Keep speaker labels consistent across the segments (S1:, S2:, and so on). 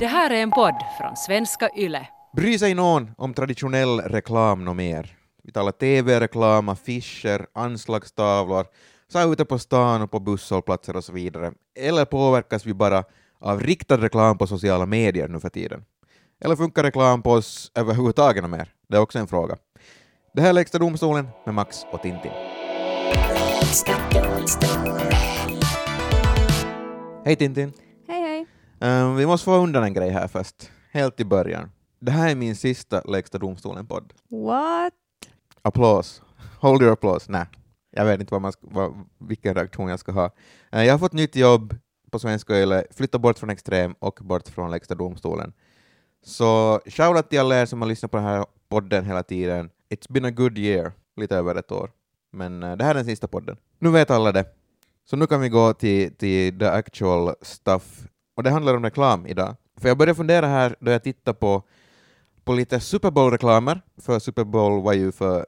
S1: Det här är en podd från svenska YLE.
S2: Bryr sig någon om traditionell reklam nå mer? Vi talar TV-reklam, affischer, anslagstavlor, så här ute på stan och på busshållplatser och så vidare. Eller påverkas vi bara av riktad reklam på sociala medier nu för tiden? Eller funkar reklam på oss överhuvudtaget nå mer? Det är också en fråga. Det här är Lägsta domstolen med Max och Tintin. Hej Tintin!
S3: Hej hej.
S2: Ehm, vi måste få undan en grej här först, helt i början. Det här är min sista Lägsta domstolen-podd.
S3: What?
S2: Applås. Hold your applause. Nej, jag vet inte vad man ska, vad, vilken reaktion jag ska ha. Eh, jag har fått nytt jobb på Svenska Yle, flyttat bort från Extrem och bort från Lägsta domstolen. Så shoutout till alla er som har lyssnat på den här podden hela tiden. It's been a good year, lite över ett år. Men eh, det här är den sista podden. Nu vet alla det. Så nu kan vi gå till, till the actual stuff. Och det handlar om reklam idag. För jag började fundera här då jag tittade på, på lite Super Bowl-reklamer, för Super Bowl var ju för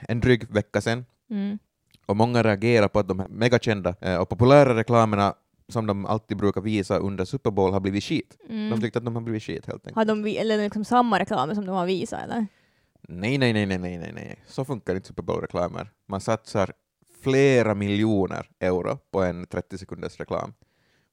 S2: en dryg vecka sedan,
S3: Mm.
S2: och många reagerar på att de här megakända eh, och populära reklamerna som de alltid brukar visa under Super Bowl har blivit skit.
S3: Mm.
S2: De tyckte att de har blivit skit helt enkelt.
S3: Har de vi- eller liksom samma reklam som de har visat eller?
S2: Nej, nej, nej, nej, nej, nej, nej. Så funkar inte Super Bowl-reklamer. Man satsar flera miljoner euro på en 30 sekunders reklam.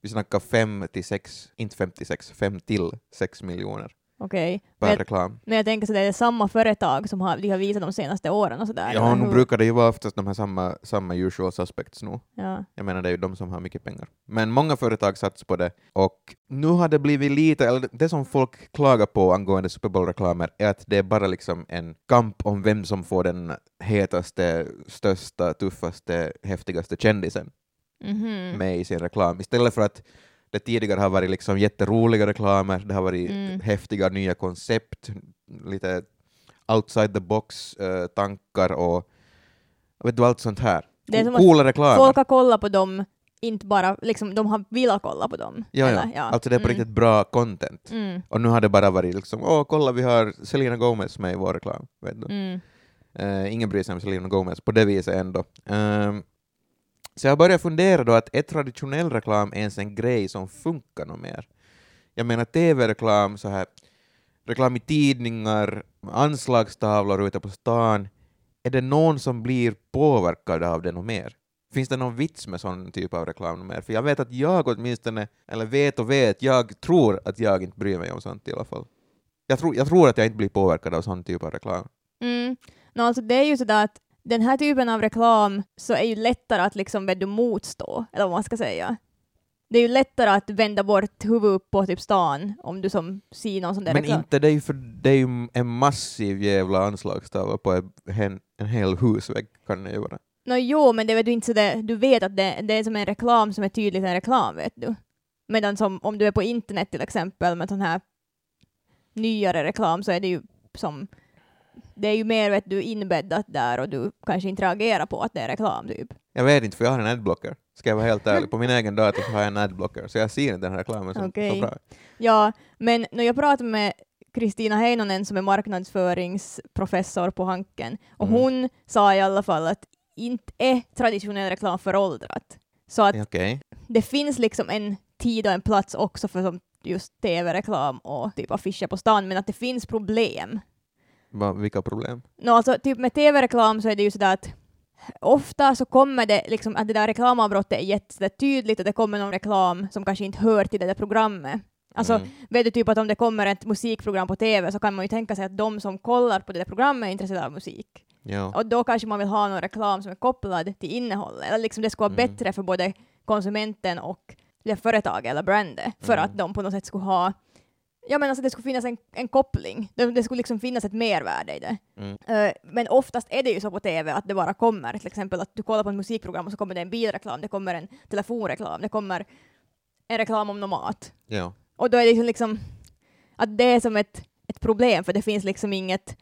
S2: Vi snackar fem till sex, inte 56, fem till sex miljoner
S3: Okej.
S2: per
S3: Men,
S2: reklam.
S3: men jag tänker så det är samma företag som har, de har visat de senaste åren och sådär.
S2: Ja,
S3: eller
S2: nu
S3: hur?
S2: brukar det ju vara oftast de här samma, samma usual suspects nu.
S3: Ja.
S2: Jag menar, det är ju de som har mycket pengar. Men många företag satsar på det, och nu har det blivit lite, eller det som folk klagar på angående Super Bowl-reklamer är att det är bara liksom en kamp om vem som får den hetaste, största, tuffaste, häftigaste kändisen
S3: Mhm.
S2: med i sin reklam. Istället för att det tidigare har varit liksom jätteroliga reklamer, det har varit
S3: Mm.
S2: häftiga nya koncept, lite outside the box-tankar och vet du, allt sånt här.
S3: Det är som att
S2: Coola reklamer.
S3: Folk har kollat på dem, inte bara liksom, de har velat kolla på dem.
S2: Ja,
S3: eller?
S2: ja. Alltså det är på
S3: Mm.
S2: riktigt bra content.
S3: Mm.
S2: Och nu har det bara varit liksom åh kolla vi har Selena Gomez med i vår reklam. Vet du?
S3: Mm.
S2: Eh, ingen bryr sig om Selena Gomez på det viset ändå. Ehm, så jag började fundera då att är traditionell reklam ens en grej som funkar något mer? Jag menar tv-reklam, så här, reklam i tidningar, anslagstavlor ute på stan. Är det någon som blir påverkad av det något mer? Finns det någon vits med sån typ av reklam något mer? För jag vet att jag åtminstone, eller vet och vet, jag tror att jag inte bryr mig om sånt i alla fall. Jag tror, jag tror att jag inte blir påverkad av sån typ av reklam.
S3: Mm. No, alltså det är ju sådär att den här typen av reklam så är ju lättare att liksom vet du, motstå, eller vad man ska säga. Det är ju lättare att vända bort huvudet upp på typ stan om du som ser någon sån där
S2: Men
S3: reklam.
S2: inte det är ju för det är ju en massiv jävla anslagstavla på en, en, en hel husvägg kan det ju vara.
S3: Nå jo, men det vet du inte så det, du vet att det, det är som en reklam som är tydligt en reklam, vet du. Medan som, om du är på internet till exempel med sån här nyare reklam så är det ju som, det är ju mer vet du inbäddat där och du kanske inte reagerar på att det är reklam typ.
S2: Jag vet inte för jag har en adblocker. Ska jag vara helt ärlig, på min egen dator så har jag en adblocker så jag ser inte den här reklamen så, så
S3: Okej.
S2: bra.
S3: Ja, men när jag pratade med Kristina Heinonen som är marknadsföringsprofessor på Hanken och
S2: Mm.
S3: hon sa i alla fall att inte är traditionell reklam föråldrat. Så att
S2: Ja, Okej.
S3: det finns liksom en tid och en plats också för som just tv-reklam och typ affischer på stan, men att det finns problem.
S2: Va- Vilka problem?
S3: Nå, alltså, typ med tv-reklam så är det ju sådär att ofta så kommer det liksom att det där reklamavbrottet är jättetydligt och det kommer någon reklam som kanske inte hör till det där programmet. Alltså,
S2: Mm.
S3: vet du typ att om det kommer ett musikprogram på tv så kan man ju tänka sig att de som kollar på det där programmet är intresserade av musik.
S2: Ja.
S3: Och då kanske man vill ha någon reklam som är kopplad till innehållet. Eller liksom det skulle vara
S2: Mm.
S3: bättre för både konsumenten och det företaget eller brandet för
S2: Mm.
S3: att de på något sätt skulle ha Ja men alltså det skulle finnas en, en koppling, det, det skulle liksom finnas ett mervärde i det.
S2: Mm.
S3: Eh, men oftast är det ju så på TV att det bara kommer, till exempel att du kollar på ett musikprogram och så kommer det en bilreklam, det kommer en telefonreklam, det kommer en reklam om någon mat.
S2: Ja.
S3: Och då är det liksom, liksom att det är som ett, ett problem för det finns liksom inget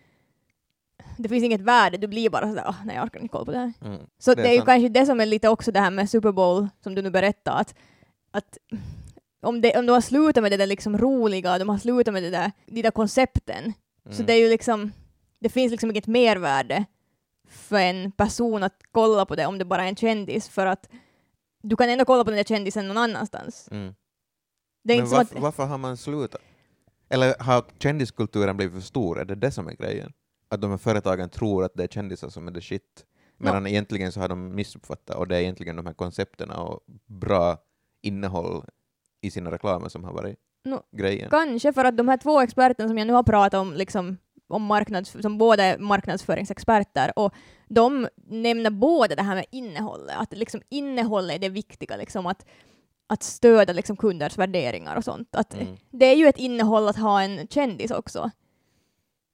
S3: det finns inget värde, du blir bara sådär "Åh, nej jag orkar inte kolla på det här.
S2: Mm.
S3: Så
S2: Det
S3: det
S2: är
S3: är, ju
S2: sant.
S3: kanske det som är lite också det här med Super Bowl som du nu berättade att, att om, det, om de har slutat med det där liksom roliga, de har slutat med det där, de där koncepten, så
S2: Mm.
S3: det är ju liksom, det finns liksom inget mervärde för en person att kolla på det om det bara är en kändis för att du kan ändå kolla på den där kändisen någon annanstans
S2: Mm.
S3: Det är
S2: Men
S3: inte som
S2: varf-
S3: att,
S2: varför har man slutat? Eller har kändiskulturen blivit för stor? Är det det som är grejen? Att de här företagen tror att det är kändisar som är the shit, medan egentligen så har de missuppfattat och det är egentligen de här koncepterna och bra innehåll i sina reklamer som har varit
S3: Nå,
S2: grejen.
S3: kanske för att de här två experterna som jag nu har pratat om, liksom, om marknads, som båda är marknadsföringsexperter, och de nämner båda det här med innehållet, att liksom innehållet är det viktiga, liksom, att, att stödja liksom, kunders värderingar och sånt. Att,
S2: Mm.
S3: Det är ju ett innehåll att ha en kändis också,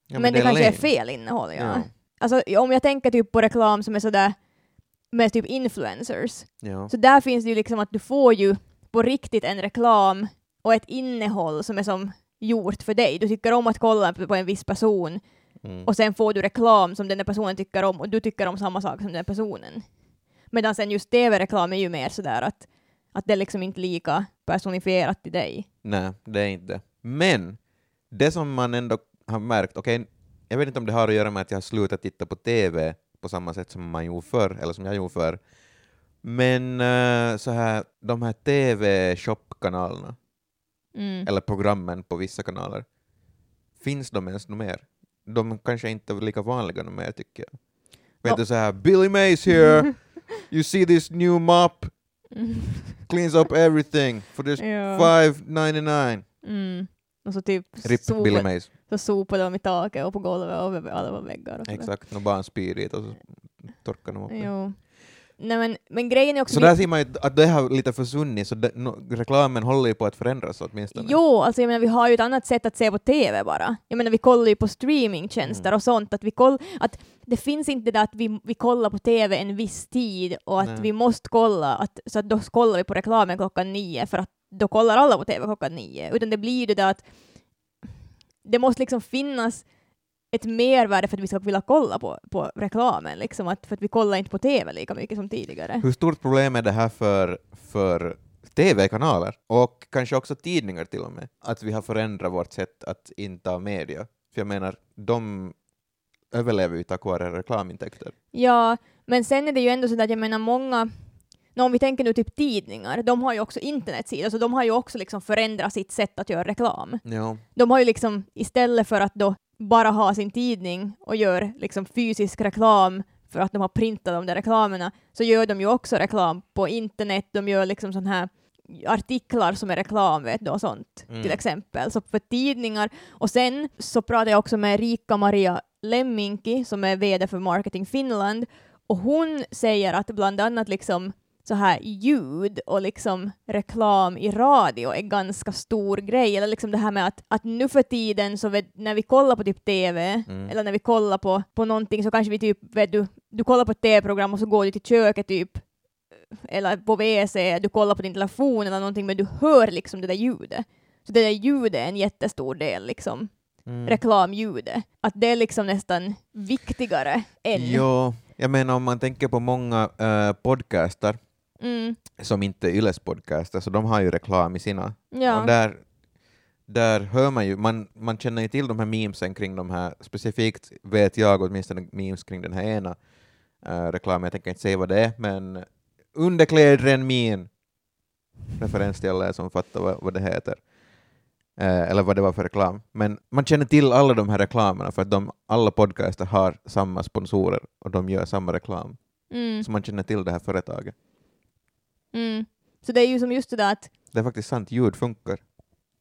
S2: Ja,
S3: men, det, kanske är
S2: lame.
S3: fel innehåll. Ja.
S2: Ja.
S3: Alltså, om jag tänker typ på reklam som är sådär med typ influencers,
S2: Ja.
S3: Så där finns det ju liksom att du får ju på riktigt en reklam och ett innehåll som är som gjort för dig. Du tycker om att kolla på en viss person
S2: Mm.
S3: och sen får du reklam som den där personen tycker om och du tycker om samma sak som den där personen. Medan sen just tv-reklam är ju mer sådär att, att det är liksom inte lika personifierat till dig.
S2: Nej, det är inte det. Men det som man ändå har märkt, okej, jag vet inte om det har att göra med att jag har slutat titta på TV på samma sätt som man gjorde förr, eller som jag gjorde förr, men eh, så här, de här TV-shop-kanalerna,
S3: Mm.
S2: eller programmen på vissa kanaler, finns de ens något mer? De kanske inte är lika vanliga något mer, tycker jag. Vet
S3: Ja.
S2: du så här, Billy Mays here, you see this new mop,
S3: Mm.
S2: cleans up everything for just
S3: ja.
S2: 5.99.
S3: Mm. Och så typ
S2: RIP Billy
S3: sopade,
S2: Mays.
S3: så sopade de i taket och på golvet och över alla väggar. Och sådär.
S2: Exakt, några barn spyr dit och så torkar de upp det.
S3: Jo. Nej, men, men grejen är också...
S2: Så där ser man ju att det har lite försvunnit, så det, no, reklamen håller ju på att förändras åtminstone.
S3: Jo, alltså jag menar, vi har ju ett annat sätt att se på TV bara. Jag menar, vi kollar ju på streamingtjänster
S2: Mm.
S3: och sånt. Att vi koll, att det finns inte det där att vi, vi kollar på TV en viss tid och att
S2: Nej.
S3: vi måste kolla, att, så att då kollar vi på reklamen klockan nio för att då kollar alla på TV klockan nio. Utan det blir ju det där att det måste liksom finnas ett mervärde för att vi ska vilja kolla på, på reklamen, liksom att, för att vi kollar inte på TV lika mycket som tidigare.
S2: Hur stort problem är det här för, för TV-kanaler och kanske också tidningar till och med? Att vi har förändrat vårt sätt att inta media. För jag menar, de överlever ju tack vare reklamintäkter.
S3: Ja, men sen är det ju ändå så att jag menar många, nå, om vi tänker nu typ tidningar, de har ju också internetsidor, så de har ju också liksom förändrat sitt sätt att göra reklam.
S2: Ja.
S3: De har ju liksom, istället för att då bara ha sin tidning och gör liksom fysisk reklam för att de har printat de där reklamerna, så gör de ju också reklam på internet, de gör liksom sån här artiklar som är reklam vet du, och sånt
S2: Mm.
S3: till exempel, så för tidningar. Och sen så pratade jag också med Rika Maria Lemminki som är VD för Marketing Finland och hon säger att bland annat liksom så här ljud och liksom reklam i radio är ganska stor grej. Eller liksom det här med att, att nu för tiden så vet, när vi kollar på typ TV
S2: Mm.
S3: eller när vi kollar på, på någonting så kanske vi typ, vet du, du kollar på ett TV-program och så går du till köket typ eller på WC, du kollar på din telefon eller någonting men du hör liksom det där ljudet. Så det där ljudet är en jättestor del liksom,
S2: Mm.
S3: reklamljudet. Att det är liksom nästan viktigare än...
S2: Jo, jag menar om man tänker på många eh, podcaster
S3: Mm,
S2: som inte är Yles podcaster, så de har ju reklam i sina Och
S3: ja.
S2: där, där hör man ju, man, man känner ju till de här memesen kring de här, specifikt vet jag åtminstone memes kring den här ena eh, reklamen, jag tänker inte säga vad det är, men underklädren min! Referens till alla er som fattar vad, vad det heter. Eh, eller vad det var för reklam. Men man känner till alla de här reklamerna för att de, alla podcaster har samma sponsorer och de gör samma reklam.
S3: Mm,
S2: Så man känner till det här företaget.
S3: mm. Så det är ju som just det där att
S2: Det är faktiskt sant, ljud funkar.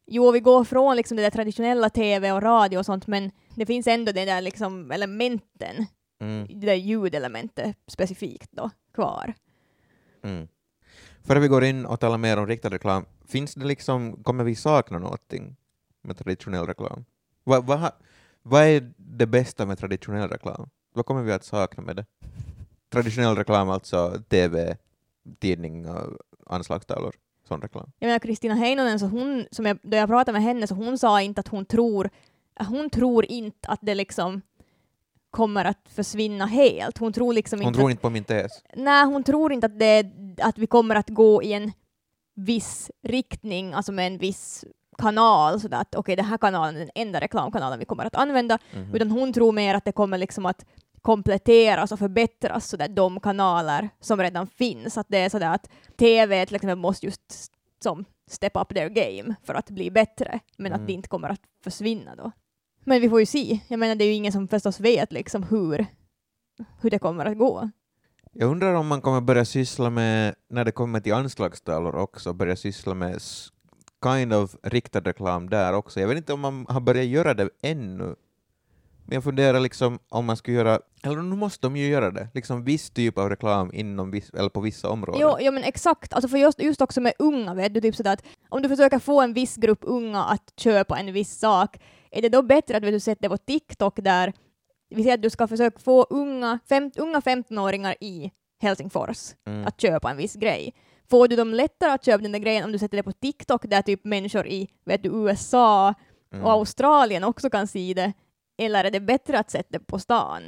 S3: Jo, vi går från liksom det där traditionella TV och radio och sånt, men det finns ändå det där liksom elementen,
S2: Mm.
S3: det där ljudelementet specifikt då, kvar.
S2: Mm. Före vi går in och talar mer om riktad reklam, finns det liksom, kommer vi sakna någonting med traditionell reklam? Vad vad ha- vad är det bästa med traditionell reklam? Vad kommer vi att sakna med det? Traditionell reklam, alltså TV, tidning och anslagstavlor, sån reklam.
S3: Jag menar Kristina Heinonen, så hon, som jag, då jag pratade med henne, så hon sa inte att hon tror, hon tror inte att det liksom kommer att försvinna helt. Hon tror liksom
S2: Hon
S3: inte
S2: tror inte på min tes.
S3: Nej, hon tror inte att, det, att vi kommer att gå i en viss riktning, alltså med en viss kanal, så att okej, den här kanalen är den enda reklamkanalen vi kommer att använda,
S2: Mhm.
S3: utan hon tror mer att det kommer liksom att kompletteras och förbättras så där de kanaler som redan finns, att det är sådär att TV till exempel måste just som step up their game för att bli bättre, men
S2: Mm.
S3: att det inte kommer att försvinna då. Men vi får ju se. Jag menar, det är ju ingen som förstås vet liksom hur, hur det kommer att gå.
S2: Jag undrar om man kommer börja syssla med, när det kommer till anslagstavlor också, börja syssla med s- kind of riktad reklam där också. Jag vet inte om man har börjat göra det ännu. Men jag funderar liksom om man skulle göra, eller nu måste de ju göra det, liksom viss typ av reklam inom viss, eller på vissa områden.
S3: Jo, ja, men exakt. Alltså för just, just också med unga, vet du, typ sådär att om du försöker få en viss grupp unga att köpa en viss sak, är det då bättre att vet du sätter det på TikTok där vi säger att du ska försöka få unga, fem, unga 15-åringar i Helsingfors
S2: Mm.
S3: att köpa en viss grej. Får du dem lättare att köpa den där grejen om du sätter det på TikTok där typ människor i vet du, USA
S2: Mm.
S3: och Australien också kan se det? Eller är det bättre att sätta det på stan?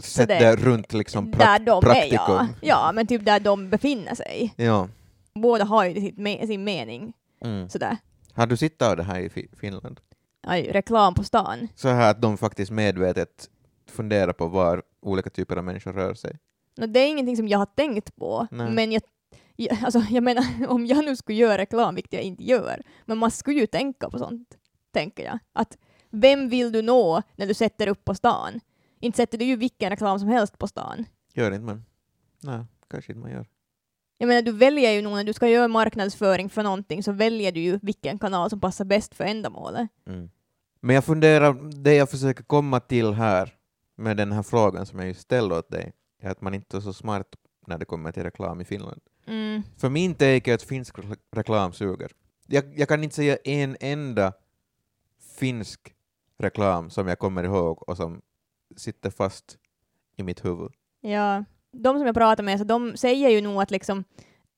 S2: Sätt
S3: det-
S2: det runt liksom pra-
S3: där de är, ja.
S2: praktikum.
S3: ja. men typ där de befinner sig.
S2: Ja.
S3: Båda har ju sitt me- sin mening.
S2: Mm.
S3: Sådär.
S2: Har du sett av det här i Fi- Finland?
S3: Aj, reklam på stan.
S2: så här att de faktiskt medvetet funderar på var olika typer av människor rör sig.
S3: Nå, det är ingenting som jag har tänkt på,
S2: Nej.
S3: men jag, jag, alltså, jag menar, om jag nu skulle göra reklam, vilket jag inte gör, men man skulle ju tänka på sånt, tänker jag. Att vem vill du nå när du sätter upp på stan? Inte sätter du ju vilken reklam som helst på stan.
S2: Gör inte man? Nej, kanske inte man gör.
S3: Jag menar, du väljer ju nog när du ska göra marknadsföring för någonting så väljer du ju vilken kanal som passar bäst för ändamålet.
S2: Men jag funderar, det jag försöker komma till här med den här frågan som jag just ställde åt dig, är att man inte är så smart när det kommer till reklam i Finland.
S3: Mm.
S2: För min take är att finsk re- reklam suger. Jag, jag kan inte säga en enda finsk reklam som jag kommer ihåg och som sitter fast i mitt huvud.
S3: Ja, de som jag pratar med, så de säger ju nog att liksom,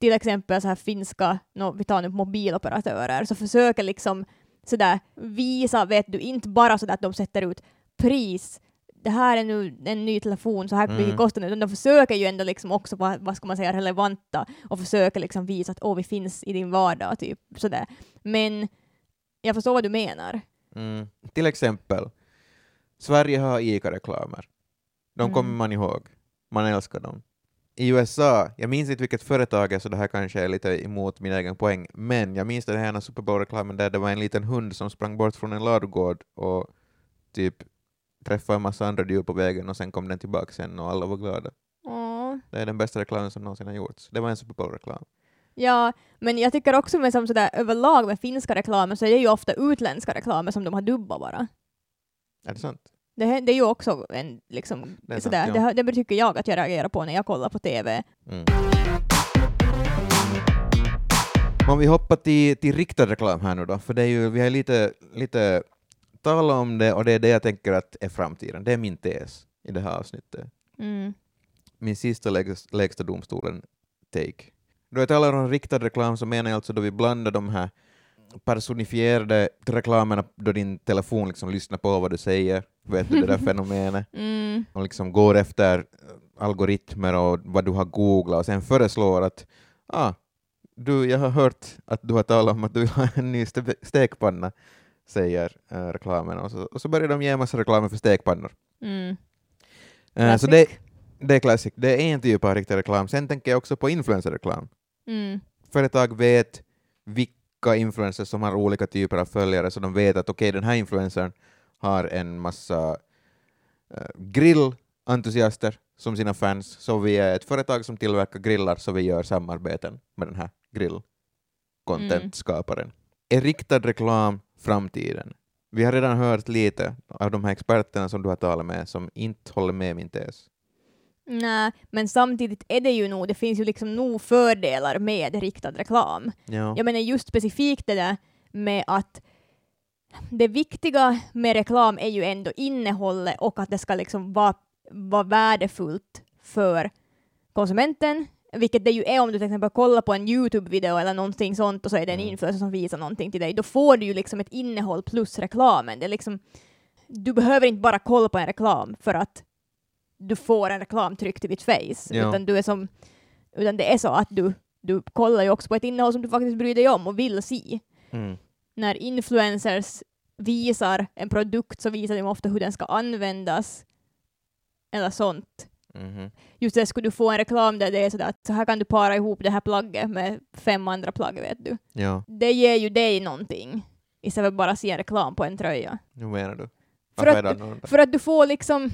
S3: till exempel så här finska, no, vi tar nu mobiloperatörer, så försöker liksom sådär visa, vet du, inte bara sådär att de sätter ut pris, det här är nu en ny telefon, så här mycket
S2: Mm.
S3: kostar den, utan de försöker ju ändå liksom också vara, vad ska man säga, relevanta och försöker liksom visa att åh, vi finns i din vardag, typ sådär. Men jag förstår vad du menar.
S2: Mm. Till exempel, Sverige har ICA-reklamer. De
S3: Mm.
S2: kommer man ihåg. Man älskar dem. I USA, jag minns inte vilket företag är, så det här kanske är lite emot min egen poäng, men jag minns den här Super Bowl-reklamen där det var en liten hund som sprang bort från en ladugård och typ träffade en massa andra djur på vägen och sen kom den tillbaka sen och alla var glada.
S3: Åh.
S2: Det är den bästa reklamen som någonsin har gjorts. Det var en Super Bowl-reklam.
S3: Ja, men jag tycker också med som sådär, överlag med finska reklamer så är det ju ofta utländska reklamer som de har dubbat bara.
S2: Är det sant?
S3: Det, hä- det är ju också en liksom,
S2: Det är sant,
S3: sådär,
S2: ja.
S3: det, har- det tycker jag att jag reagerar på när jag kollar på TV.
S2: Mm. Om vi hoppar till, till riktad reklam här nu då, för det är ju, vi har lite, lite talat om det och det är det jag tänker att är framtiden. Det är min tes i det här avsnittet.
S3: Mm,
S2: Min sista lägs, lägsta domstolen take. Då jag talar om riktad reklam så menar jag alltså då vi blandar de här personifierade reklamerna då din telefon liksom lyssnar på vad du säger, vet du det där fenomenet?
S3: Mm.
S2: och liksom går efter eh, algoritmer och vad du har googlat och sen föreslår att ah, du, jag har hört att du har talat om att du har en ny ste- stekpanna, säger eh, reklamen. Och så, och så börjar de ge en massa reklamer för stekpannor.
S3: Mm.
S2: Eh, så det, det är klassik. Det är en typ av riktig reklam. Sen tänker jag också på influencerreklam.
S3: Mm.
S2: Företag vet vilka influencers som har olika typer av följare, så de vet att okej, den här influencern har en massa eh, grillentusiaster som sina fans, så vi är ett företag som tillverkar grillar, så vi gör samarbeten med den här grillcontentskaparen.
S3: Mm.
S2: Är riktad reklam framtiden? Vi har redan hört lite av de här experterna som du har talat med som inte håller med min tes.
S3: Nej, men samtidigt är det ju nog, det finns ju liksom nog fördelar med riktad reklam.
S2: Ja.
S3: Jag menar just specifikt det där med att det viktiga med reklam är ju ändå innehållet och att det ska liksom vara, vara värdefullt för konsumenten, vilket det ju är om du till exempel kollar på en YouTube-video eller någonting sånt och så är det en
S2: Mm.
S3: influencer som visar någonting till dig. Då får du ju liksom ett innehåll plus reklamen. Det är liksom, du behöver inte bara kolla på en reklam för att du får en reklam tryckt i ditt face,
S2: Ja.
S3: utan, du är som, utan det är så att du du kollar ju också på ett innehåll som du faktiskt bryr dig om och vill se.
S2: Mm.
S3: När influencers visar en produkt så visar de ofta hur den ska användas eller sånt.
S2: Mhm.
S3: Just det, skulle du få en reklam där det är sådär att så här kan du para ihop det här plagget med fem andra plagg, vet du.
S2: Ja,
S3: Det ger ju dig någonting istället för att bara se en reklam på en tröja.
S2: hur menar du?
S3: För
S2: Varför
S3: att
S2: är det
S3: du-
S2: annorlunda?
S3: För att du får liksom,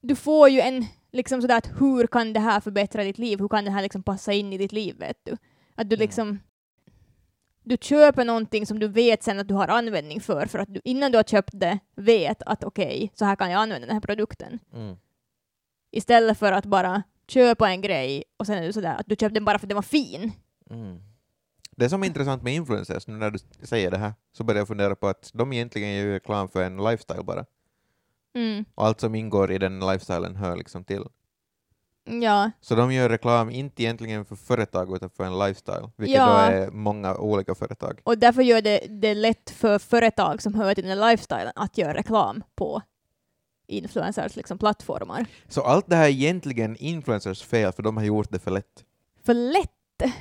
S3: du får ju en liksom sådär att hur kan det här förbättra ditt liv? Hur kan det här liksom passa in i ditt liv, vet du? Att du
S2: Mm.
S3: liksom, du köper någonting som du vet sen att du har användning för, för att du innan du har köpt det vet att okej, så här kan jag använda den här produkten.
S2: Mm.
S3: Istället för att bara köpa en grej och sen är du sådär att du köpte den bara för att den var fin.
S2: Mm. Det som är intressant med influencers, nu när du säger det här, så börjar jag fundera på att de egentligen gör ju reklam för en lifestyle bara. Och allt som ingår i den lifestylen hör liksom till.
S3: Ja,
S2: Så de gör reklam inte egentligen för företag utan för en lifestyle, vilket
S3: Ja.
S2: då är många olika företag.
S3: och därför gör det det lätt för företag som hör till den här lifestylen att göra reklam på influencers liksom, plattformar.
S2: Så allt det här är egentligen influencers fel, för de har gjort det för lätt.
S3: För lätt,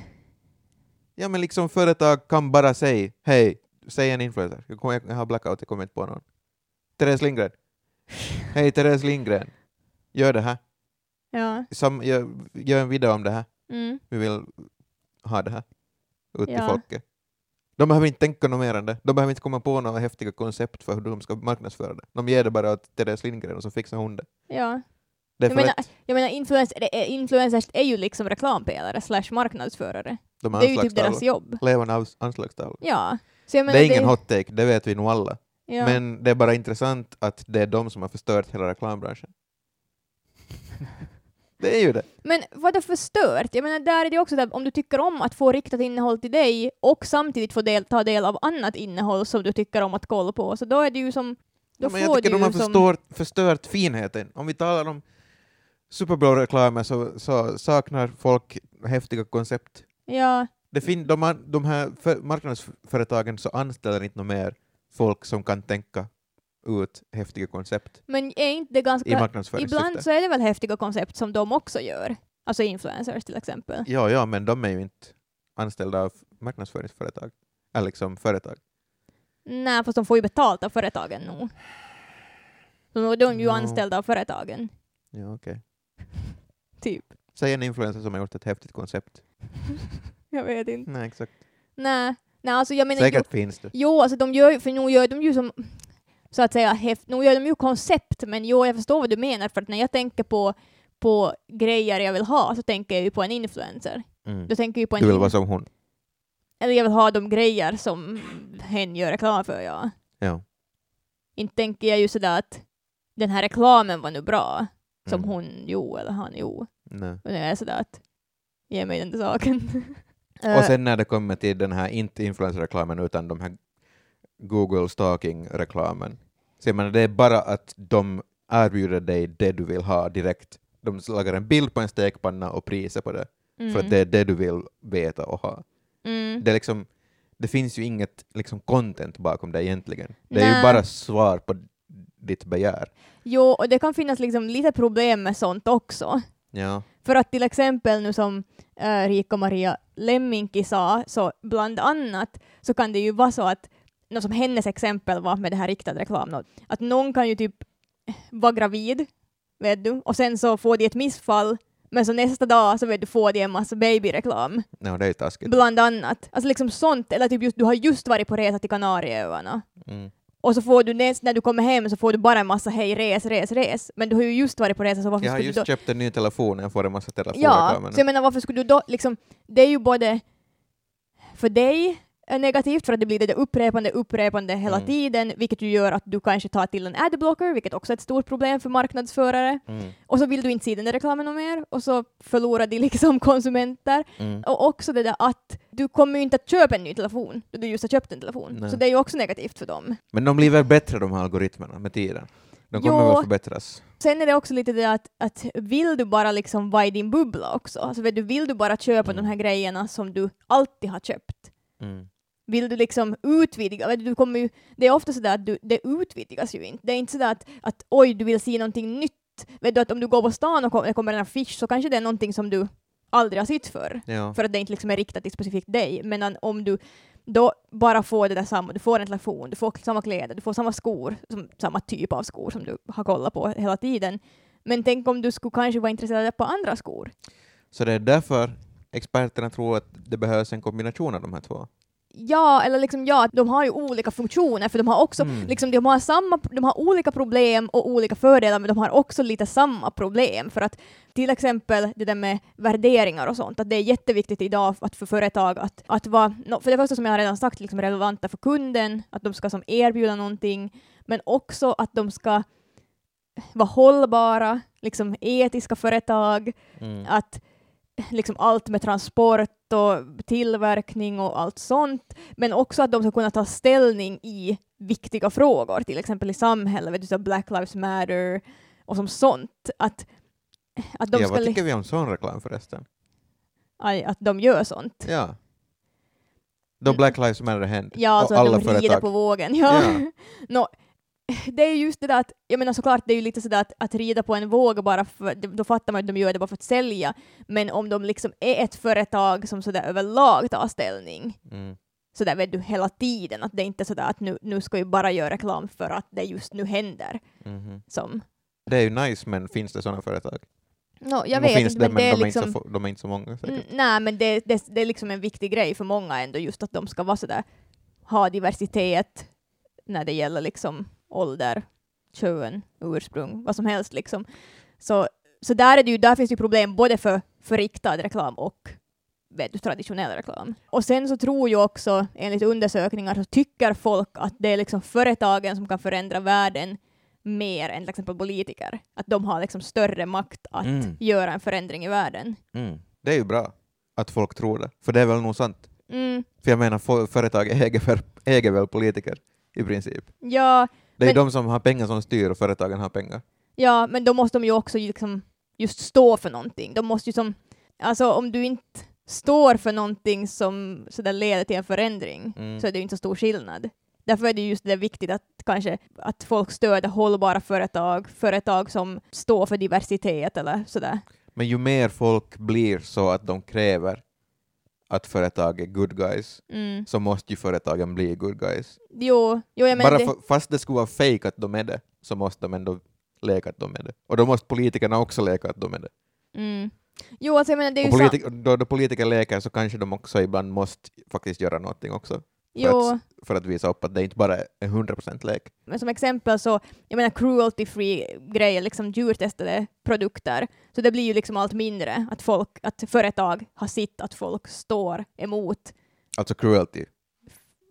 S2: Ja, men liksom företag kan bara säga hej, säg en influencer. Jag, kommer, jag har blackout, jag kommer inte på någon. Therese Lindgren. Hej Therese Lindgren. Gör det här.
S3: ja.
S2: Som, gör, gör en video om det här.
S3: Mm.
S2: Vi vill ha det här. Ut till
S3: Ja.
S2: folket. De behöver inte tänka något mer än det. De behöver inte komma på några häftiga koncept för hur de ska marknadsföra det. De ger det bara åt Therese Lindgren och så fixar hon det.
S3: ja.
S2: Det är
S3: Jag
S2: för
S3: menar,
S2: lätt.
S3: jag menar influencers, är, influencers är ju liksom reklampelare slash marknadsförare.
S2: De
S3: Det är ju typ
S2: anslagstavlor.
S3: deras jobb.
S2: Levande ans- anslagstavlor.
S3: Ja. Så jag menar,
S2: det är ingen hot take, det vet vi nog alla.
S3: ja.
S2: Men det är bara intressant att det är de som har förstört hela reklambranschen. det är ju det.
S3: Men vad det förstört? Jag menar, där är det också där, om du tycker om att få riktat innehåll till dig och samtidigt få del, ta del av annat innehåll som du tycker om att kolla på, så då är det ju som... Då
S2: Ja, men jag
S3: får
S2: tycker
S3: du
S2: de har
S3: ju som-
S2: förstört, förstört finheten. Om vi talar om Super Bowl-reklamer så, så saknar folk häftiga koncept.
S3: Ja,
S2: Det fin- de, har- de här för- marknadsföretagen så anställer inte något mer folk som kan tänka ut häftiga koncept
S3: men är inte det
S2: i
S3: ganska... Ibland
S2: marknadsföringssyfte.
S3: så är det väl häftiga koncept som de också gör? Alltså influencers till exempel.
S2: Ja, ja, men de är ju inte anställda av marknadsföringsföretag. Eller liksom företag.
S3: Nej, fast de får ju betalt av företagen nog. Så nog är de ju
S2: Ja.
S3: anställda av företagen,
S2: Ja, okej.
S3: typ.
S2: Säg en influencer som har gjort ett häftigt koncept.
S3: Jag vet inte.
S2: Nej, exakt.
S3: Nej, nej alltså jag menar...
S2: Mm. Säkert finns det.
S3: Jo, alltså de gör ju, för nu gör de ju som, så att säga, häft, nu gör de ju koncept, men jo, jag förstår vad du menar, för att när jag tänker på, på grejer jag vill ha, så tänker jag ju på en influencer.
S2: Mm.
S3: Då tänker jag ju på en
S2: Du vill
S3: in-
S2: vara som hon.
S3: Eller jag vill ha de grejer som hen gör reklam för, ja.
S2: Ja.
S3: Inte tänker jag ju sådär att den här reklamen var nu bra, som
S2: Mm.
S3: hon gjorde, eller han gjorde.
S2: Nej.
S3: Och när jag är sådär att, ge mig den där saken. Eh.
S2: Och sen när det kommer till den här, inte influencer-reklamen utan de här Google stalking-reklamen. Så jag menar, det är bara att de erbjuder dig det du vill ha direkt. De lagar en bild på en stekpanna och priser på det,
S3: Eh,
S2: för att det är det du vill veta och ha.
S3: mm, mm.
S2: Det, är liksom, det finns ju inget liksom, content bakom det egentligen. Det är
S3: Nej.
S2: ju bara svar på ditt begär.
S3: Jo, och det kan finnas liksom lite problem med sånt också.
S2: Ja.
S3: För att till exempel nu som eh, Rika Maria Lemminki sa, så bland annat så kan det ju vara så att, något som hennes exempel var med det här riktade reklam, nå- att någon kan ju typ vara gravid, vet du, och sen så får de ett missfall, men så nästa dag så vet du, får de en massa babyreklam,
S2: No, det är ju taskigt.
S3: bland annat. Alltså liksom sånt, eller typ just, du har just varit på resa till Kanarieöarna,
S2: Mm.
S3: och så får du näst, när du kommer hem så får du bara en massa hej res, res, res, men du har ju just varit på resa så varför
S2: Jag har
S3: skulle du då...
S2: just köpt en ny telefon och jag får en massa telefonreklamer.
S3: Ja, så jag menar varför skulle du då liksom, det är ju både för dig eh, negativt för att det blir det där upprepande, upprepande hela
S2: Mm.
S3: tiden, vilket ju gör att du kanske tar till en adblocker, vilket också är ett stort problem för marknadsförare.
S2: mm.
S3: Och så vill du inte se den där reklamen något mer och så förlorar de liksom konsumenter.
S2: Mm.
S3: Och också det där att du kommer ju inte att köpa en ny telefon då du just har köpt en telefon.
S2: Nej.
S3: Så det är ju också negativt för dem.
S2: Men de blir väl bättre de här algoritmerna med tiden? De kommer
S3: Jo.
S2: väl förbättras?
S3: Sen är det också lite det att, att vill du bara liksom vara i din bubbla också? Alltså vet du, vill du bara köpa
S2: Mm.
S3: de här grejerna som du alltid har köpt?
S2: Mm.
S3: Vill du liksom utvidga? Vet Du du kommer ju, det är ofta sådär att du, det utvidgas ju inte. Det är inte sådär att, att oj, du vill se någonting nytt. Vet du att om du går på stan och kom- det kommer en affisch så kanske det är någonting som du aldrig har sett förr.
S2: Ja.
S3: För att det inte liksom är riktat till specifikt dig. Men an- om du då bara får det där samma, du får en telefon, du får samma kläder, du får samma skor, som, samma typ av skor som du har kollat på hela tiden. Men tänk om du skulle kanske vara intresserad på andra skor?
S2: Så det är därför experterna tror att det behövs en kombination av de här två.
S3: Ja, eller liksom ja, de har ju olika funktioner för de har också,
S2: Mm.
S3: liksom de har samma, de har olika problem och olika fördelar men de har också lite samma problem för att till exempel det där med värderingar och sånt, att det är jätteviktigt idag att för företag att, att vara, nå, för det första som jag har redan sagt, liksom relevanta för kunden, att de ska som erbjuda någonting, men också att de ska vara hållbara, liksom etiska företag,
S2: Mm.
S3: att liksom allt med transport och tillverkning och allt sånt, men också att de ska kunna ta ställning i viktiga frågor, till exempel i samhället, vet du, så Black Lives Matter och som sånt. Att, att, de
S2: ja,
S3: ska
S2: vad
S3: li-
S2: tycker vi om sån reklam förresten?
S3: aj, att de gör sånt.
S2: Ja. Då
S3: Mm.
S2: Black Lives Matter hände
S3: Ja, alltså
S2: och
S3: att
S2: alla
S3: de rider
S2: företag.
S3: på vågen. Ja.
S2: Ja.
S3: Nå, det är just det där att, jag menar såklart det är ju lite sådär att, att rida på en våg bara för, då fattar man att de gör det bara för att sälja, men om de liksom är ett företag som sådär överlag tar ställning,
S2: Mm.
S3: så där vet du hela tiden, att det är inte så där att nu, nu ska vi bara göra reklam för att det just nu händer.
S2: Mhm.
S3: Som,
S2: Det är ju nice, men finns det såna företag?
S3: no, jag
S2: Nå,
S3: vet
S2: finns
S3: inte, men det är
S2: de,
S3: liksom...
S2: är inte så, få- de är inte så många säkert.
S3: Mm, nej, men det, det, det är liksom en viktig grej för många ändå, just att de ska vara sådär, ha diversitet när det gäller liksom ålder, kön, ursprung, vad som helst liksom. Så, så där, är det ju, där finns det ju problem både för, för riktad reklam och vet du, traditionell reklam. Och sen så tror jag också, enligt undersökningar, så tycker folk att det är liksom företagen som kan förändra världen mer än till exempel politiker. Att de har liksom större makt att
S2: Mm.
S3: göra en förändring i världen.
S2: Mm. Det är ju bra att folk tror det, för det är väl nog sant.
S3: Mm.
S2: För jag menar, fo- företag äger, för, äger väl politiker i princip.
S3: Ja,
S2: Det är
S3: Men-
S2: de som har pengar som styr och företagen har pengar.
S3: ja, men då måste de ju också liksom just stå för någonting. De måste ju som, alltså om du inte står för någonting som så där leder till en förändring
S2: Mm.
S3: så är det ju inte så stor skillnad. Därför är det just det viktigt att kanske att folk stöder hållbara företag, företag som står för diversitet eller sådär.
S2: Men ju mer folk blir så att de kräver att företag är good guys,
S3: Mm.
S2: så måste ju företagen bli good guys.
S3: Jo, jo, jag menar
S2: Bara
S3: det,
S2: fa- fast det skulle vara fake att de är det, så måste de ändå leka att de är det. Och då måste politikerna också leka att de är det.
S3: mm. jo, alltså jag menar det är
S2: Och
S3: ju sant.
S2: politi- då, då politiker leker så kanske de också ibland måste faktiskt göra någonting också,
S3: Jo,
S2: för att visa upp att det inte bara är 100% lek.
S3: Men som exempel så, jag menar cruelty free grejer, liksom djurtestade produkter, så det blir ju liksom allt mindre att folk, att företag har sitt, att folk står emot,
S2: Alltså cruelty.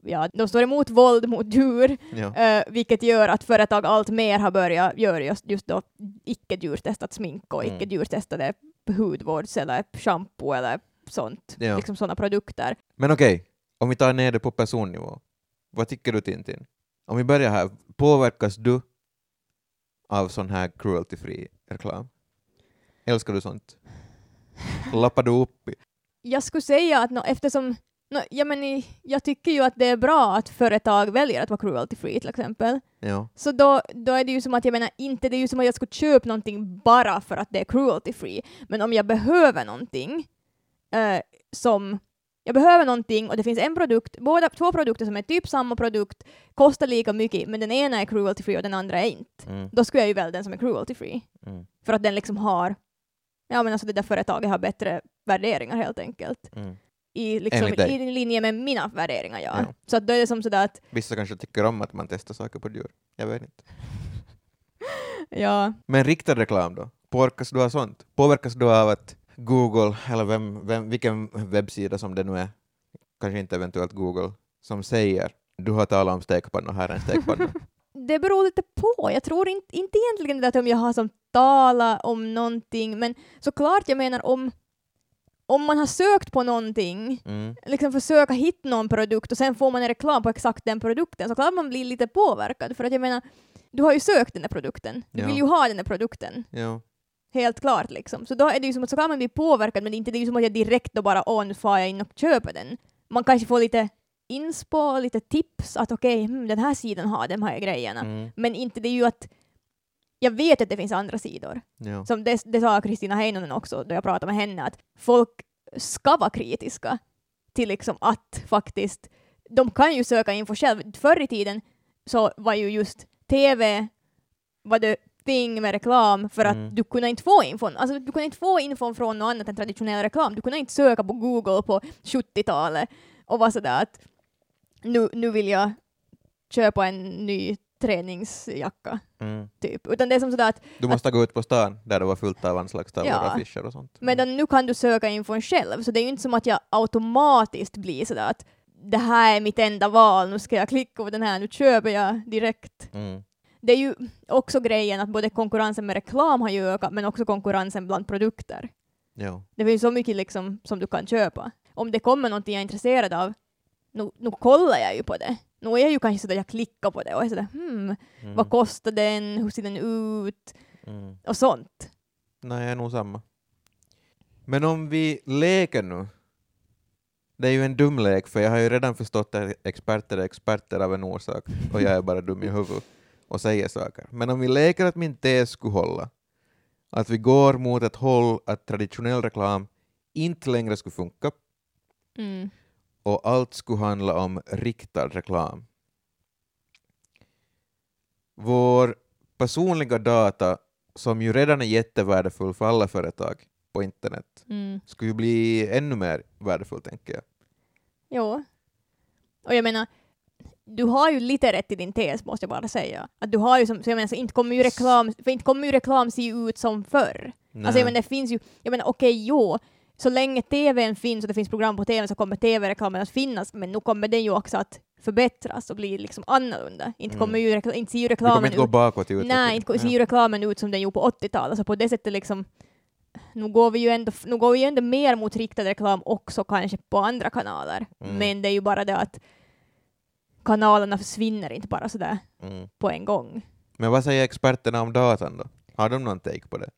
S3: ja, de står emot våld mot djur,
S2: Ja.
S3: eh, vilket gör att företag allt mer har börjat göra just, just då icke djurtestat smink och
S2: Mm.
S3: icke djurtestade hudvårds eller shampoo eller sånt,
S2: Ja.
S3: liksom sådana produkter.
S2: Men okej, om vi tar ner det på personnivå. Vad tycker du Tintin? Om vi börjar här, påverkas du av sån här cruelty-free reklam? Älskar du sånt? Lappar du upp? i-
S3: jag skulle säga att nå eftersom nå, ja, men, i- jag tycker ju att det är bra att företag väljer att vara cruelty free till exempel.
S2: Ja.
S3: Så då, då är det ju som att jag menar inte, det är ju som att jag skulle köpa någonting bara för att det är cruelty free. Men om jag behöver någonting eh, som jag behöver någonting och det finns en produkt, båda, två produkter som är typ samma produkt, kostar lika mycket, men den ena är cruelty free och den andra är inte.
S2: Mm,
S3: Då skulle jag ju välja den som är cruelty free.
S2: mm,
S3: För att den liksom har, ja men alltså det där företaget har bättre värderingar helt enkelt
S2: mm.
S3: i, liksom,
S2: Enligt dig?
S3: i linje med mina värderingar. Ja.
S2: Ja.
S3: Så att då är det som sådär att,
S2: Vissa kanske tycker om att man testar saker på djur. Jag vet inte.
S3: ja,
S2: Men riktad reklam då? Påverkas du av sånt? Påverkas du av att Google, eller vem, vem, vilken webbsida som det nu är, kanske inte eventuellt Google, som säger du har talat om stekpannor, här är en stekpanna.
S3: det beror lite på. Jag tror inte, inte egentligen det att om jag har som talat om någonting, men såklart jag menar om, om man har sökt på någonting,
S2: Mm.
S3: liksom försöka hitta någon produkt och sen får man en reklam på exakt den produkten, såklart man blir lite påverkad. För att jag menar, du har ju sökt den där produkten. Du
S2: Ja.
S3: vill ju ha den där produkten.
S2: Ja.
S3: Helt klart liksom. Så då är det ju som att så kan man bli påverkad men det är inte det är ju som att jag direkt då bara åh nu far jag in och köper den. Man kanske får lite inspo, lite tips att okej, hmm, den här sidan har de här grejerna.
S2: Mm.
S3: Men inte det är ju att jag vet att det finns andra sidor.
S2: Ja.
S3: Som det, det sa Kristina Heinonen också då jag pratade med henne att folk ska vara kritiska till liksom att faktiskt de kan ju söka info själv. Förr i tiden så var ju just TV var det thing med reklam för att
S2: Mm.
S3: du kunde inte få infon. Alltså du kunde inte få infon från något annat än traditionell reklam. Du kunde inte söka på Google på 70-talet och vara sådär att nu, nu vill jag köpa en ny träningsjacka,
S2: Mm.
S3: typ. Utan det är som sådär att
S2: Du måste gå ut på stan där det var fullt av anslagstavlor
S3: Ja.
S2: och affischer och sånt.
S3: Medan nu kan du söka infon själv, så det är ju inte som att jag automatiskt blir sådär att det här är mitt enda val, nu ska jag klicka på den här, nu köper jag direkt.
S2: Mm.
S3: Det är ju också grejen att både konkurrensen med reklam har ju ökat, men också konkurrensen bland produkter.
S2: Jo.
S3: Det finns så mycket liksom som du kan köpa. Om det kommer någonting jag är intresserad av, nu, nu kollar jag ju på det. Nu är jag ju kanske sådär, jag klickar på det och är sådär, hmm,
S2: Mm.
S3: vad kostar den, hur ser den ut
S2: Mm.
S3: och sånt.
S2: Nej, jag är nog samma. Men om vi leker nu. Det är ju en dum lek, för jag har ju redan förstått att experter är experter av en orsak och jag är bara dum i huvudet och säger saker. Men om vi leker att min tes skulle hålla, att vi går mot ett håll att traditionell reklam inte längre skulle funka
S3: Mm.
S2: och allt skulle handla om riktad reklam. Vår personliga data, som ju redan är jättevärdefull för alla företag på internet,
S3: Mm.
S2: skulle ju bli ännu mer värdefull, tänker jag.
S3: Jo. Och jag menar, du har ju lite rätt i din tes, måste jag bara säga. Att du har ju som, så jag menar, så inte kommer ju reklam, för inte kommer ju reklam se ut som förr. Alltså jag menar, det finns ju, jag menar okej, jo, så länge TVn finns och det finns program på TVn så kommer TV-reklamen att finnas, men nu kommer den ju också att förbättras och bli liksom annorlunda. Inte,
S2: Mm.
S3: kommer ju rekla- inte ser ju
S2: vi kommer
S3: reklamen
S2: inte gå
S3: ut...
S2: bakåt i utvecklingen.
S3: Nej, inte alltså, ser
S2: Ja.
S3: ju reklamen ut som den gjorde på 80-talet, så på det sättet liksom nu går, vi ju ändå, nu går vi ju ändå mer mot riktad reklam också kanske på andra kanaler.
S2: Mm.
S3: Men det är ju bara det att kanalerna försvinner inte bara sådär
S2: Mm.
S3: på en gång.
S2: Men vad säger experterna om datan då? Har de någon take på det?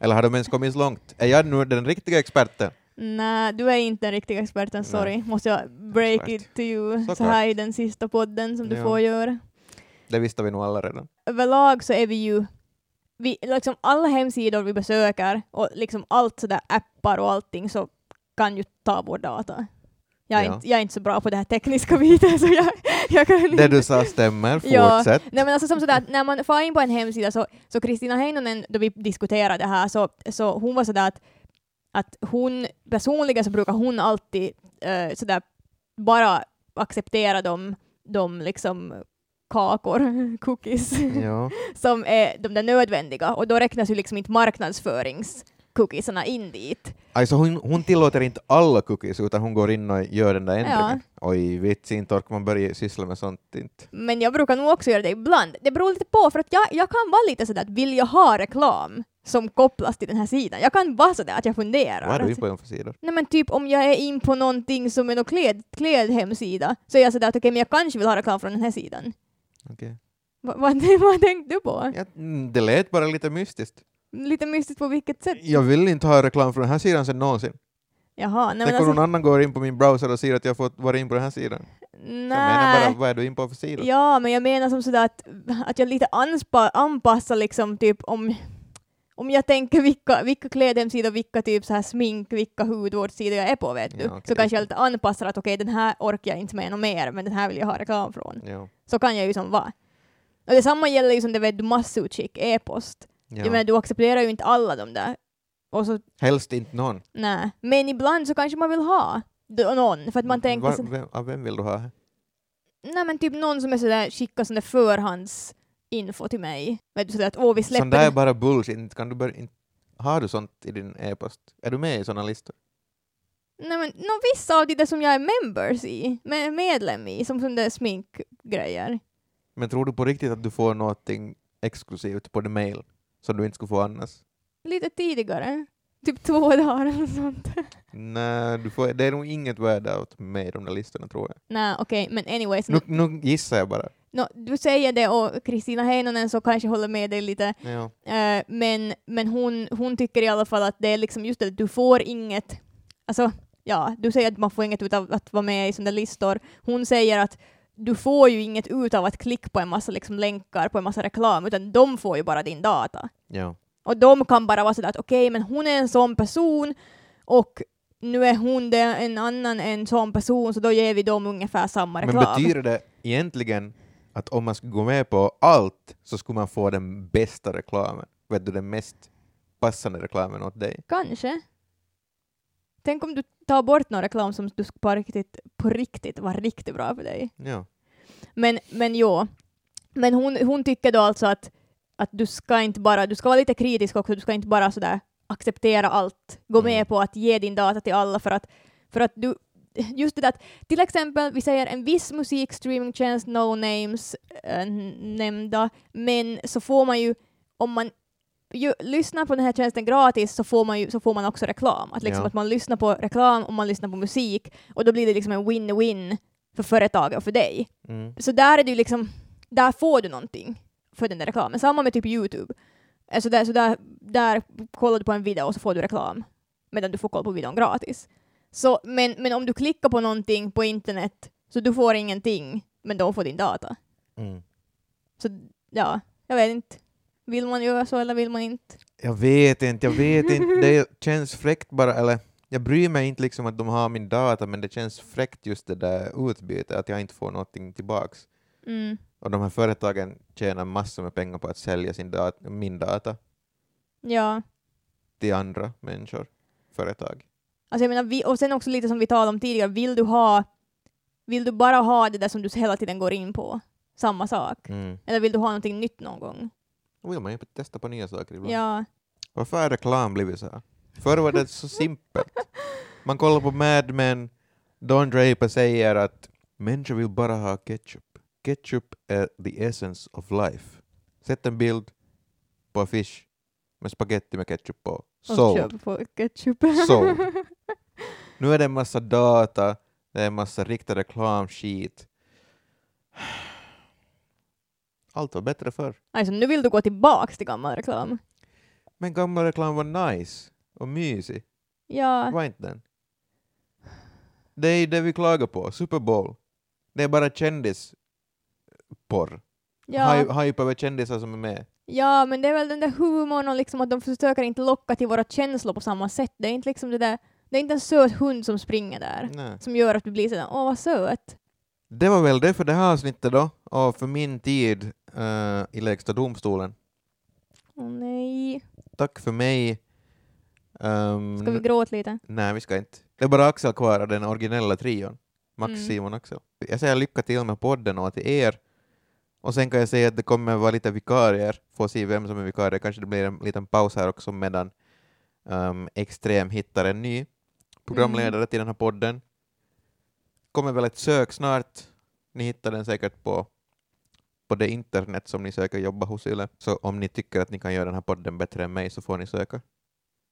S2: Eller har de ens kommit så långt? Är jag nu den riktiga experten?
S3: Nej, du är inte den riktiga experten, sorry.
S2: Nej.
S3: Måste jag break
S2: Såklart.
S3: it to you så
S2: Såklart.
S3: här i den sista podden som du
S2: Ja.
S3: får göra.
S2: Det visste vi nog alla redan.
S3: överlag så är vi ju vi, liksom alla hemsidor vi besöker och liksom allt sådär appar och allting så kan ju ta vår data. Jag är,
S2: Ja.
S3: inte, jag är inte så bra på det här tekniska biten så jag, jag kan
S2: Det du sa stämmer,
S3: Ja.
S2: fortsätt.
S3: Nej men alltså som sådär, att när man far in på en hemsida så, så Kristina Heinonen, då vi diskuterade det här, så, så hon var sådär att, att hon, personligen så brukar hon alltid eh, sådär bara acceptera de, de liksom kakor, cookies,
S2: Ja.
S3: som är de där nödvändiga och då räknas ju liksom inte marknadsföringscookiesarna in dit.
S2: Alltså hon, hon tillåter inte alla cookies, utan hon går in och gör den där ändringen. Oj, vits, inte orkar man börja syssla med sånt inte.
S3: Men jag brukar nog också göra det ibland. Det beror lite på, för att jag, jag kan vara lite sådär att vill jag ha reklam som kopplas till den här sidan? Jag kan vara sådär att jag funderar.
S2: Vad är du
S3: Alltså,
S2: på för sidor?
S3: Nej men typ om jag är in på någonting som är någon kläd, klädhemsida så är jag sådär att okej, men jag kanske vill ha reklam från den här sidan.
S2: Okej.
S3: Va, vad, vad tänkte du på?
S2: Ja, mm, det lät bara lite mystiskt.
S3: Lite mystiskt på vilket sätt?
S2: Jag vill inte ha reklam från den här sidan sen någonsin.
S3: Jaha, nej men
S2: Tänk om någon
S3: alltså...
S2: annan går in på min browser och säger att jag fått vara in på den här sidan. Jag menar
S3: Nej.
S2: bara, vad är du in på för sidor?
S3: Ja, men jag menar som sådär att, att jag lite anspa, anpassar liksom typ om, om jag tänker vilka, vilka klädhemsidor, vilka typ så här smink, vilka hudvårdssidor jag är på vet du.
S2: Ja, okej,
S3: Så
S2: just
S3: kanske
S2: det.
S3: jag lite anpassar att okej den här orkar jag inte med något mer men den här vill jag ha reklam från.
S2: Ja.
S3: Så kan jag ju som vara. Och detsamma gäller ju som det vet du massutskick, e-post. Jag menar
S2: Ja.
S3: du accepterar ju inte alla de där. Och så,
S2: Helst inte någon.
S3: nej. Men ibland så kanske man vill ha d- någon för att man tänker
S2: Va-
S3: så-
S2: vem, av vem vill du ha?
S3: Nej men typ någon som är sådär, skickar sån där förhandsinfo till mig. Vet du sådär att åh vi släpper
S2: Sånt där är
S3: det-
S2: bara bullshit. Inte Kan du börja, inte, har du sånt i din e-post? Är du med i såna listor?
S3: Nej men nå, vissa av de där som jag är members i, med, medlem i, som sån där sminkgrejer.
S2: Men tror du på riktigt att du får någonting exklusivt på din mail som du inte skulle få annars?
S3: Lite tidigare. Typ två dagar eller sånt.
S2: Nej, du får, det är nog inget värde åt mig, de där listorna tror jag.
S3: Nej okej, men anyways.
S2: Nu, nu gissar jag bara.
S3: nå, du säger det och Kristina Heinonen så kanske håller med dig lite.
S2: Ja.
S3: Eh, men men hon, hon tycker i alla fall att det är liksom just det, du får inget, alltså ja, du säger att man får inget ut av att vara med i sådana listor. Hon säger att du får ju inget ut av att klicka på en massa liksom, länkar, på en massa reklam, utan de får ju bara din data.
S2: ja.
S3: Och de kan bara vara sådär att okej, men hon är en sån person och nu är hon det, en annan en sån person, så då ger vi dem ungefär samma
S2: Men
S3: reklam.
S2: betyder det egentligen att om man skulle gå med på allt så skulle man få den bästa reklamen. Vet du, den mest passande reklamen åt dig.
S3: Kanske. Tänk om du tar bort någon reklam som du skulle på riktigt, på riktigt var riktigt bra för dig.
S2: Ja.
S3: Men, men jo. Men hon, hon tycker då alltså att, att du ska inte bara, du ska vara lite kritisk också, du ska inte bara sådär acceptera allt, gå
S2: Mm.
S3: med på att ge din data till alla för att, för att du, just det där att till exempel, vi säger en viss musikstreamingtjänst, no names eh, n- nämnda, men så får man ju, om man ju, lyssnar på den här tjänsten gratis så får man, ju, så får man också reklam. Att, liksom
S2: Ja.
S3: att man lyssnar på reklam och man lyssnar på musik och då blir det liksom en win-win för företaget och för dig.
S2: Mm.
S3: Så där är det ju liksom, där får du någonting för den där reklamen. Samma med typ Youtube. Alltså där, så där, där kollar du på en video och så får du reklam. Medan du får kolla på videon gratis. Så, men, men om du klickar på någonting på internet så du får ingenting, men de får din data.
S2: Mm.
S3: Så ja, jag vet inte. Vill man göra så eller vill man inte?
S2: Jag vet inte, jag vet inte. Det känns fräckt bara, eller jag bryr mig inte liksom att de har min data, men det känns fräckt just det där utbytet, att jag inte får någonting tillbaks.
S3: Mm.
S2: Och de här företagen tjänar massor med pengar på att sälja sin dat- min data
S3: Ja.
S2: till andra människor, företag.
S3: Alltså jag menar, vi, och sen också lite som vi talade om tidigare, vill du ha, vill du bara ha det där som du hela tiden går in på? Samma sak.
S2: Mm.
S3: Eller vill du ha någonting nytt någon gång?
S2: Då vill man ju testa på nya saker ibland.
S3: Ja.
S2: Varför har reklam blivit så här? Förr var det så simpelt. Man kollar på Mad Men, Don Draper säger att människor vill bara ha ketchup. Ketchup är the essence of life. Sätt en bild på affisch med spaghetti med ketchup på.
S3: Och
S2: Sold.
S3: köp på ketchup.
S2: Sold. Nu är det en massa data, det är en massa riktad reklamskit. Allt var bättre förr.
S3: alltså, nu vill du gå tillbaks till gammal reklam.
S2: Men gammal reklam var nice och mysig.
S3: Ja,
S2: Var inte den? Det är ju det vi klagar på, Super Bowl. Det är bara kändisporr.
S3: ja,
S2: Hy- Hype över kändisar som är med.
S3: ja, men det är väl den där humorn och liksom att de försöker inte locka till våra känslor på samma sätt. Det är inte liksom det där, det är inte en söt hund som springer där.
S2: Nej.
S3: Som gör att du blir sådär, åh vad söt.
S2: Det var väl det för det här avsnittet då, och för min tid eh, i Lägsta domstolen.
S3: Åh nej.
S2: Tack för mig. Ehm,
S3: Ska vi gråta lite?
S2: nej, vi ska inte. Det är bara Axel kvar av den originella trion. Max,
S3: Mm.
S2: Simon, Axel. Jag säger lycka till med podden och till er. Och sen kan jag säga att det kommer vara lite vikarier. Får se vem som är vikarie. Kanske det blir en liten paus här också medan um, Extrem hittar en ny programledare till den här podden. Kommer väl ett sök snart. Ni hittar den säkert på, på det internet som ni söker jobba hos Yle. Så om ni tycker att ni kan göra den här podden bättre än mig så får ni söka.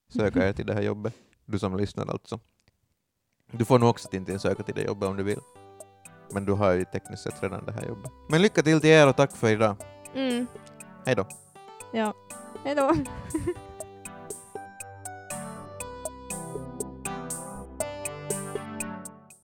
S2: Söka er till det här jobbet. Du som lyssnar alltså. Du får nog också inte söka till det jobbet om du vill. Men du har ju tekniskt sett redan det här jobbet. Men lycka till till er och tack för idag.
S3: Mm,
S2: Hej då.
S3: ja. Mm, Hejdå.